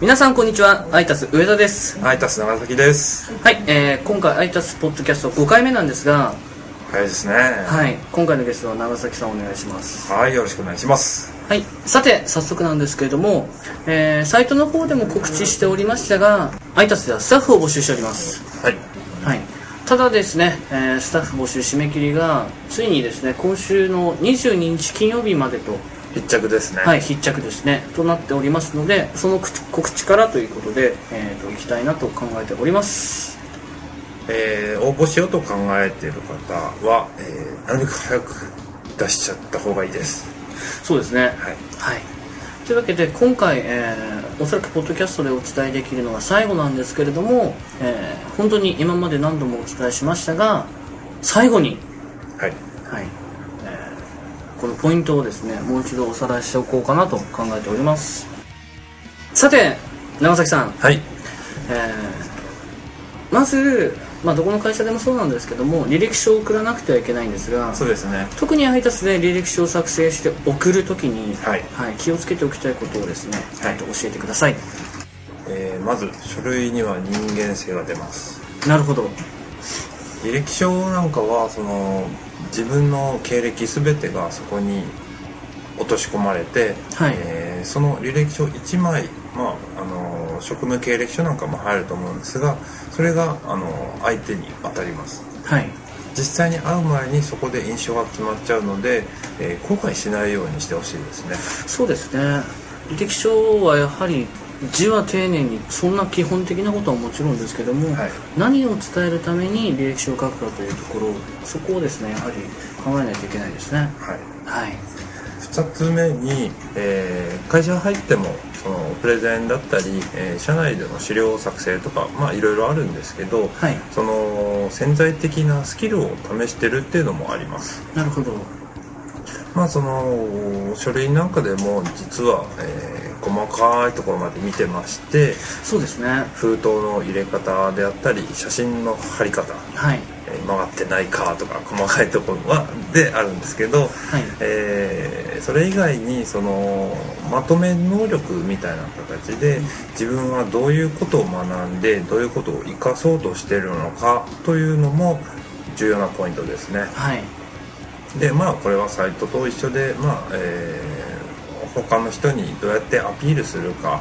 皆さんこんにちはアイタス上田ですアイタス長崎ですはい、えー、今回アイタスポッドキャスト5回目なんですが早いですねはい今回のゲストは長崎さんお願いしますはいよろしくお願いしますはいさて早速なんですけれども、えー、サイトの方でも告知しておりましたがアイタスではスタッフを募集しておりますはいはいただですね、えースタッフ募集締め切りがついにですね今週の22日金曜日までと必着ですねはい、必着ですねとなっておりますのでその口告知からということで、えー、と行きたいなと考えておりますえー応募しようと考えている方は、えーなるべく早く出しちゃった方がいいですそうですねはいはいというわけで今回、えーおそらくポッドキャストでお伝えできるのが最後なんですけれども、えー本当に今まで何度もお伝えしましたが最後に、はいはいえーこのポイントをですねもう一度おさらいしておこうかなと考えておりますさて長崎さんはいえーまず、まあ、どこの会社でもそうなんですけども履歴書を送らなくてはいけないんですがそうですね特に配達で履歴書を作成して送るときに、はい気をつけておきたいことをですね、はいえっと教えてくださいえーまず書類には人間性が出ますなるほど履歴書なんかはその自分の経歴全てがそこに落とし込まれて、はいえーその履歴書1枚、まあ、あの職務経歴書なんかも入ると思うんですがそれがあの相手に当たりますはい実際に会う前にそこで印象が決まっちゃうので、えー後悔しないようにしてほしいですねそうですね履歴書はやはり字は丁寧にそんな基本的なことはもちろんですけども、はい何を伝えるために履歴書を書くかというところそこをですねやはり考えないといけないですねはいはい2つ目に、えー会社入ってもそのプレゼンだったり、えー社内での資料作成とかまあいろいろあるんですけど、はいその潜在的なスキルを試してるっていうのもありますなるほどまあその書類なんかでも実は、えー細かいところまで見てましてそうですね封筒の入れ方であったり写真の貼り方、はいえー曲がってないかとか 細かいところはであるんですけど、はいえーそれ以外にそのまとめ能力みたいな形で自分はどういうことを学んでどういうことを生かそうとしてるのかというのも重要なポイントですねはいでまあこれはサイトと一緒で、まあえー他の人にどうやってアピールするか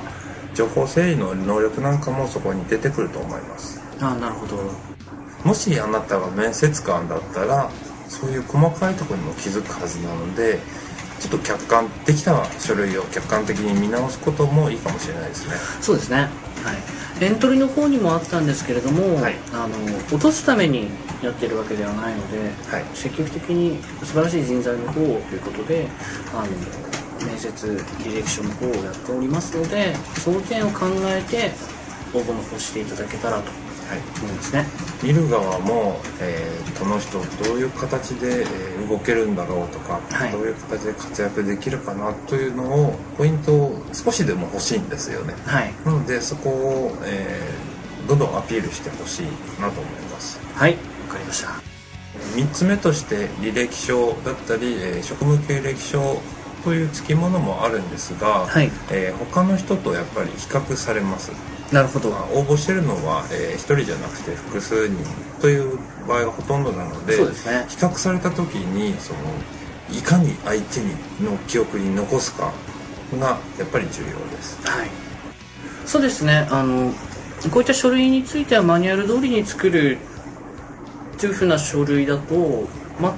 情報整理の能力なんかもそこに出てくると思いますああなるほどもしあなたが面接官だったらそういう細かいところにも気づくはずなのでちょっと客観できた書類を客観的に見直すこともいいかもしれないですねそうですねはいエントリーの方にもあったんですけれども、はいあの落とすためにやってるわけではないのではい積極的に素晴らしい人材の方をということであの面接履歴書の方をやっておりますのでその点を考えて応募の方していただけたらとは思うんですねい見る側も、えーこの人どういう形で、えー動けるんだろうとか、はいどういう形で活躍できるかなというのをポイントを少しでも欲しいんですよねはいなのでそこを、えーどんどんアピールしてほしいなと思いますはいわかりました3つ目として履歴書だったり、えー職務経歴書という付き物もあるんですが、はいえー他の人とやっぱり比較されます、なるほどまあ、応募してるのは、え1人じゃなくて複数人という場合がほとんどなのでそうですね比較された時にそのいかに相手にの記憶に残すかがやっぱり重要ですはい、そうですねあのこういった書類についてはマニュアル通りに作るというふうな書類だと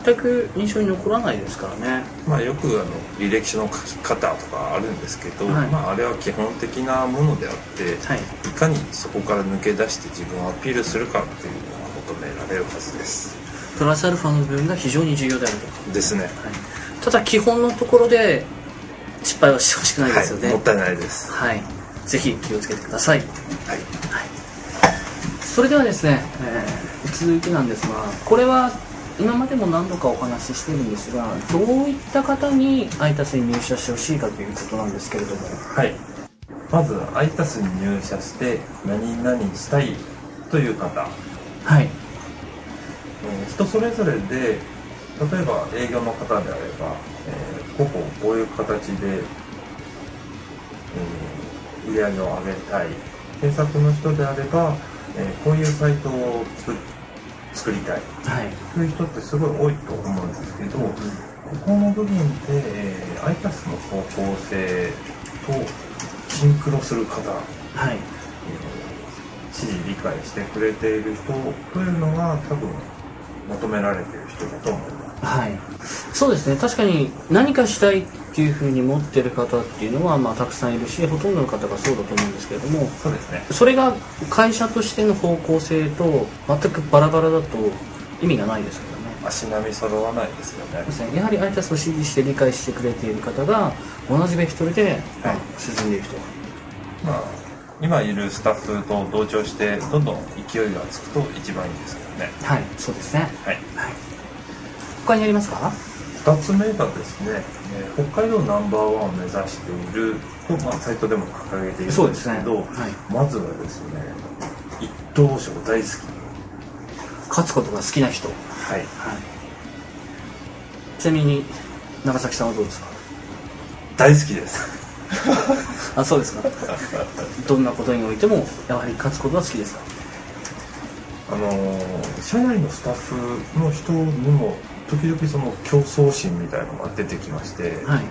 全く印象に残らないですからねまあ、よくあの履歴書の書き方とかあるんですけど、はいまあ、あれは基本的なものであって、はいいかにそこから抜け出して自分をアピールするかっていうのが求められるはずですプラスアルファの部分が非常に重要であると、ですねはい、ただ基本のところで失敗はしてほしくないですよはい、ねもったいないですはい、ぜひ気をつけてくださいはいそれではですね、えー続いてなんですがこれは今までも何度かお話ししてるんですがどういった方に ITAS に入社してほしいかということなんですけれどもはいまず ITAS に入社して何々したいという方、はいえー人それぞれで例えば営業の方であれば、えー個々こういう形で、えー売り上げを上げたい制作の人であれば、えーこういうサイトを作作りたいはいそういう人ってすごい多いと思うんですけど、ここの部分で、えー、ITAS の方向性とシンクロする方、はいえー指示理解してくれている人というのが多分求められている人だと思います。はい、そうですね確かに何かしたいっていうふうに持ってる方っていうのは、まあ、たくさんいるしほとんどの方がそうだと思うんですけれどもそうですね。それが会社としての方向性と全くバラバラだと意味がないですからね足並み揃わないですよねで。すねやはり相手を支持して理解してくれている方が同じベクトルで、まあはい進んでいくとまあ今いるスタッフと同調してどんどん勢いがつくと一番いいですけどね。はいそうですねはい。はい他にありますか2つ目がですね、えー北海道ナンバーワンを目指していると、まあ、サイトでも掲げているんですけどはい、まずはですね一等賞大好き勝つことが好きな人、ははいい、ちなみに長崎さんはどうですか大好きですあそうですか どんなことにおいてもやはり勝つことが好きですかあのー社内のスタッフの人にも時々その競争心みたいのが出てきまして、はい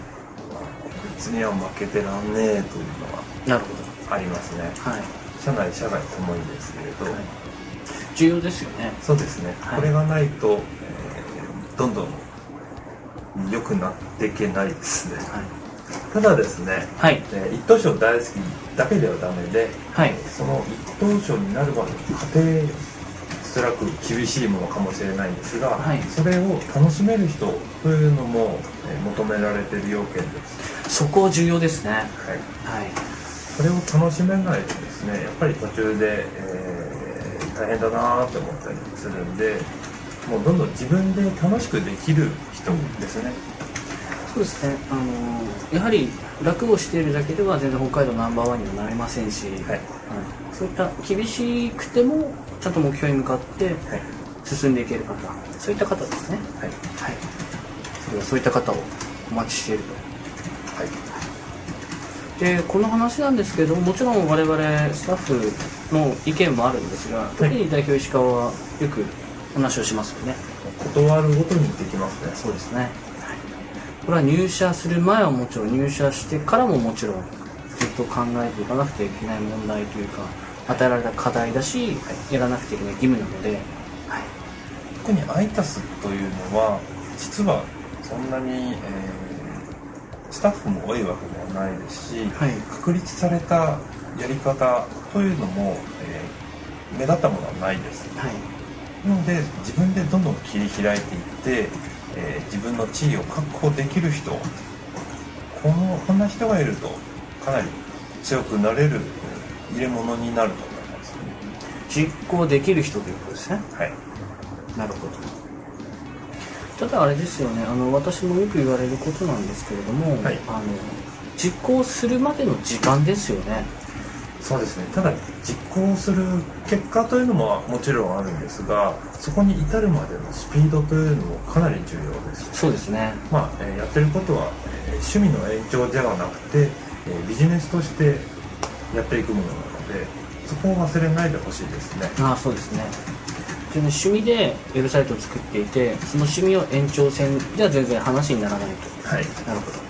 別には負けてらんねえというのなるほはありますねどはい、社内社外ともにですけれど、はい、重要ですよねそうですね、はいこれがないと、えーどんどん良くなっていけないですねはいただですね、はいえー一等賞大好きだけではダメではいその一等賞になるまで過程辛く厳しいものかもしれないんですが、はいそれを楽しめる人というのも、えー求められている要件です、そこ重要ですねはい、はいそれを楽しめないとですねやっぱり途中で、えー大変だなーって思ったりするんでもうどんどん自分で楽しくできる人ですね、そうですねあのーやはり楽をしているだけでは全然北海道ナンバーワンにはなれませんし、はいはいそういった厳しくてもちゃんと目標に向かってはい進んでいける方そういった方ですねはいはいそれではそういった方をお待ちしているとはいでこの話なんですけれどももちろん我々スタッフの意見もあるんですが特に代表石川はよく話をしますよね、断るごとにできますねそうですね、これは入社する前はもちろん入社してからももちろんずっと考えていかなくてはいけない問題というか与えられた課題だし、やらなくてはいけない義務なので、はい特にアイタスというのは実はそんなに、えースタッフも多いわけではないですし、はい確立されたやり方というのも、えー目立ったものはないですはいなので自分でどんどん切り開いていって、えー自分の地位を確保できる人このこんな人がいるとかなり強くなれるえー入れ物になると思います、ね、実行できる人ということですねはいなるほどただあれですよねあの私もよく言われることなんですけれども、はいあの実行するまでの時間ですよねそうですねただ実行する結果というのももちろんあるんですがそこに至るまでのスピードというのもかなり重要ですそうですねまあ、えーやってることは、えー趣味の延長ではなくて、えービジネスとしてやっていくものなのでそこを忘れないでほしいですねああそうですねでね趣味でウェブサイトを作っていてその趣味を延長線では全然話にならないとはいなるほど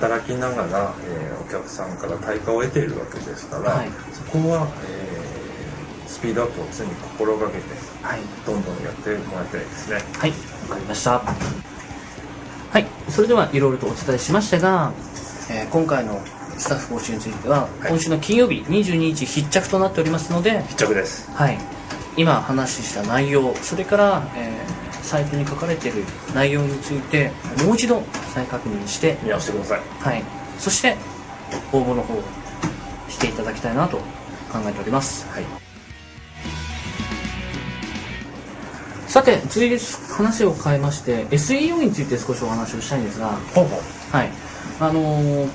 働きながら、えーお客さんから対価を得ているわけですから、はいそこは、えースピードアップを常に心がけてはいどんどんやってもらいたいですねはいわかりましたはいそれではいろいろとお伝えしましたが、えー今回のスタッフ募集については、はい今週の金曜日22日必着となっておりますので必着ですはい、今話した内容それから、えーサイトに書かれている内容についてもう一度再確認して、見直してくださいはい、そして応募の方をしていただきたいなと考えておりますはいさて次です話を変えまして SEO について少しお話をしたいんですがほぼはいあのー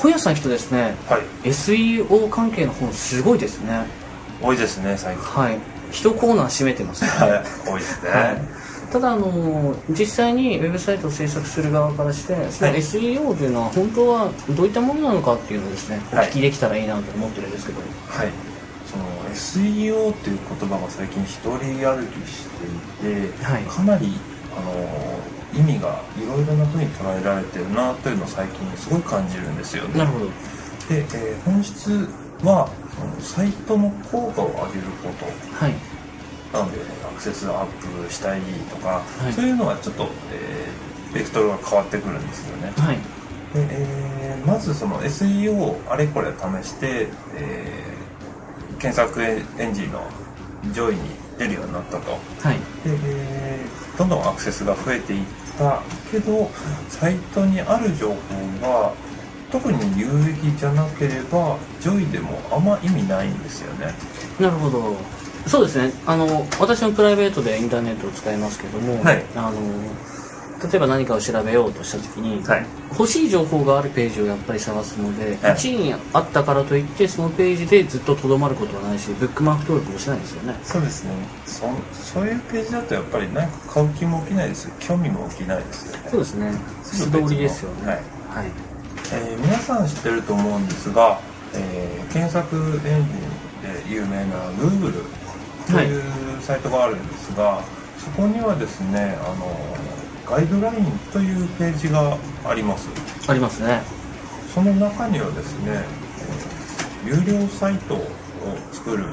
本屋さん人ですねはい SEO 関係の本すごいですね多いですね最近はい一コーナー占めてますはい多いですね、はい、ただあの実際にウェブサイトを制作する側からしてそのはい SEO というのは本当はどういったものなのかっていうのをですね、はいお聞きできたらいいなと思ってるんですけどはい、その SEO っていう言葉が最近独り歩きしていて、はいかなりあの意味がいろいろな風に捉えられてるなというのを最近すごい感じるんですよね。なるほどで、えー本質はあのサイトの効果を上げることはいなのでアクセスアップしたいとか、はいそういうのはちょっと、えーベクトルが変わってくるんですよね。はいでえーまずその SEO をあれこれ試して、えー検索エンジンの上位に出るようになったとはいで、えーどんどんアクセスが増えていったけどサイトにある情報が特に有益じゃなければ上位でもあんま意味ないんですよねなるほどそうですねあの私のプライベートでインターネットを使いますけども、はいあの例えば何かを調べようとした時に、い欲しい情報があるページをやっぱり探すので、はい1位にあったからといってそのページでずっととどまることはないしブックマーク登録もしないですよねそうですねそそういうページだとやっぱり何か買う気も起きないです興味も起きないですよねそうですね素通すぐ別のりですよねはいはい、えー皆さん知ってると思うんですが、えー検索エンジンで有名な Google というサイトがあるんですが、そこにはですねあのガイドラインというページがありますありますねその中にはですね、えー有料サイトを作る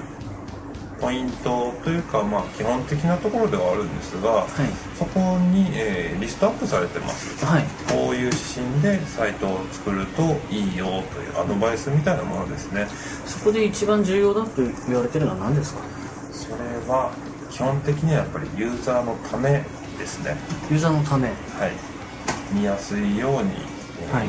ポイントというか、まあ、基本的なところではあるんですがはいそこに、えーリストアップされてますはいこういう指針でサイトを作るといいよというアドバイスみたいなものですねそこで一番重要だと言われてるのは何ですかそれは基本的にはやっぱりユーザーのためですねユーザーのためはい見やすいように、えーはい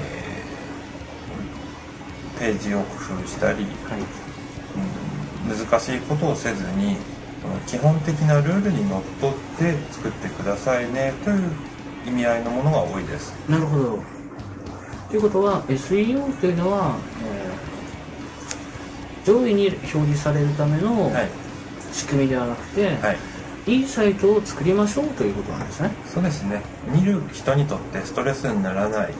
ページを工夫したり、はいうん、難しいことをせずにその基本的なルールにのっとって作ってくださいねという意味合いのものが多いですなるほどということは SEO というのは、えー上位に表示されるためのはい、仕組みではなくて、はいいいサイトを作りましょうということなんですねそうですね見る人にとってストレスにならない、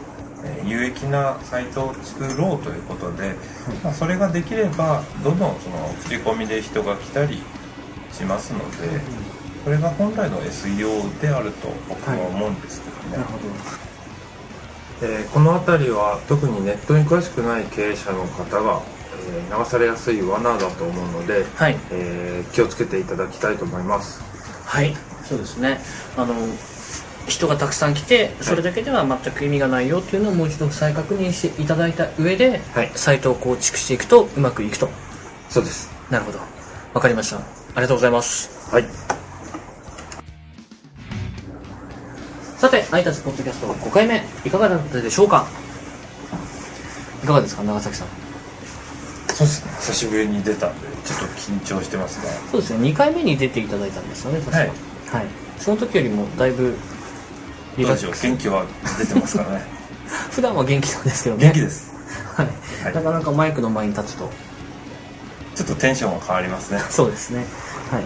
えー有益なサイトを作ろうということで、まあ、それができればどんどんその口コミで人が来たりしますので、それが本来の SEO であると僕は思うんですけどね、なるほどえーこの辺りは特にネットに詳しくない経営者の方が、えー流されやすい罠だと思うので、はいえー気をつけていただきたいと思いますはいそうですねあの人がたくさん来てそれだけでは全く意味がないよっていうのをもう一度再確認していただいた上で、はいサイトを構築していくとうまくいくとそうですなるほどわかりましたありがとうございますはいさて「アイタスポッドキャスト」5回目いかがだったでしょうかいかがですか長崎さんそうですね久しぶりに出たんでちょっと緊張してますがそうですね2回目に出ていただいたんですよね確かはいはい、その時よりもだいぶリどうラでッしクょう元気は出てますからねス普段は元気なんですけどね元気です はいはいなかなかマイクの前に立つとちょっとテンションが変わりますねそうですねはい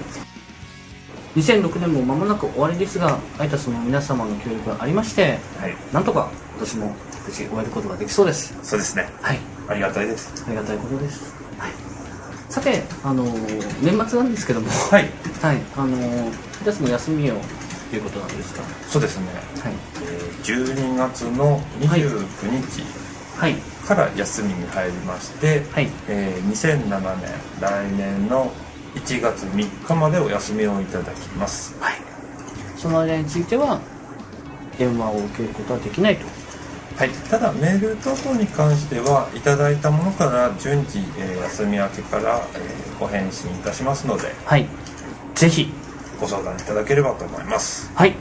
2006年も間もなく終わりですがアイタスの皆様の協力がありましてはいなんとか今年も無事終えることができそうですそうですねはいありがたいですありがたいことです、はい、さてあのー年末なんですけども ははいいあのーアイタスの休みをということなんですがそうですねはい12月の29日はいから休みに入りまして、はいえー2007年来年の1月3日までお休みをいただきますはい、その間については電話を受けることはできないとはいただメール等々に関してはいただいたものから順次、えー休み明けから、えーご返信いたしますのではいぜひご相談いただければと思いますはい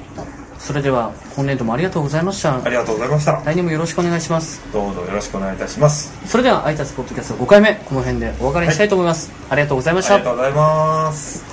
それでは今年度もありがとうございましたありがとうございました来年もよろしくお願いしますどうぞよろしくお願いいたしますそれでは「アイタスポッドキャスト」5回目この辺でお別れにしたいと思います、ありがとうございましありたがとうございます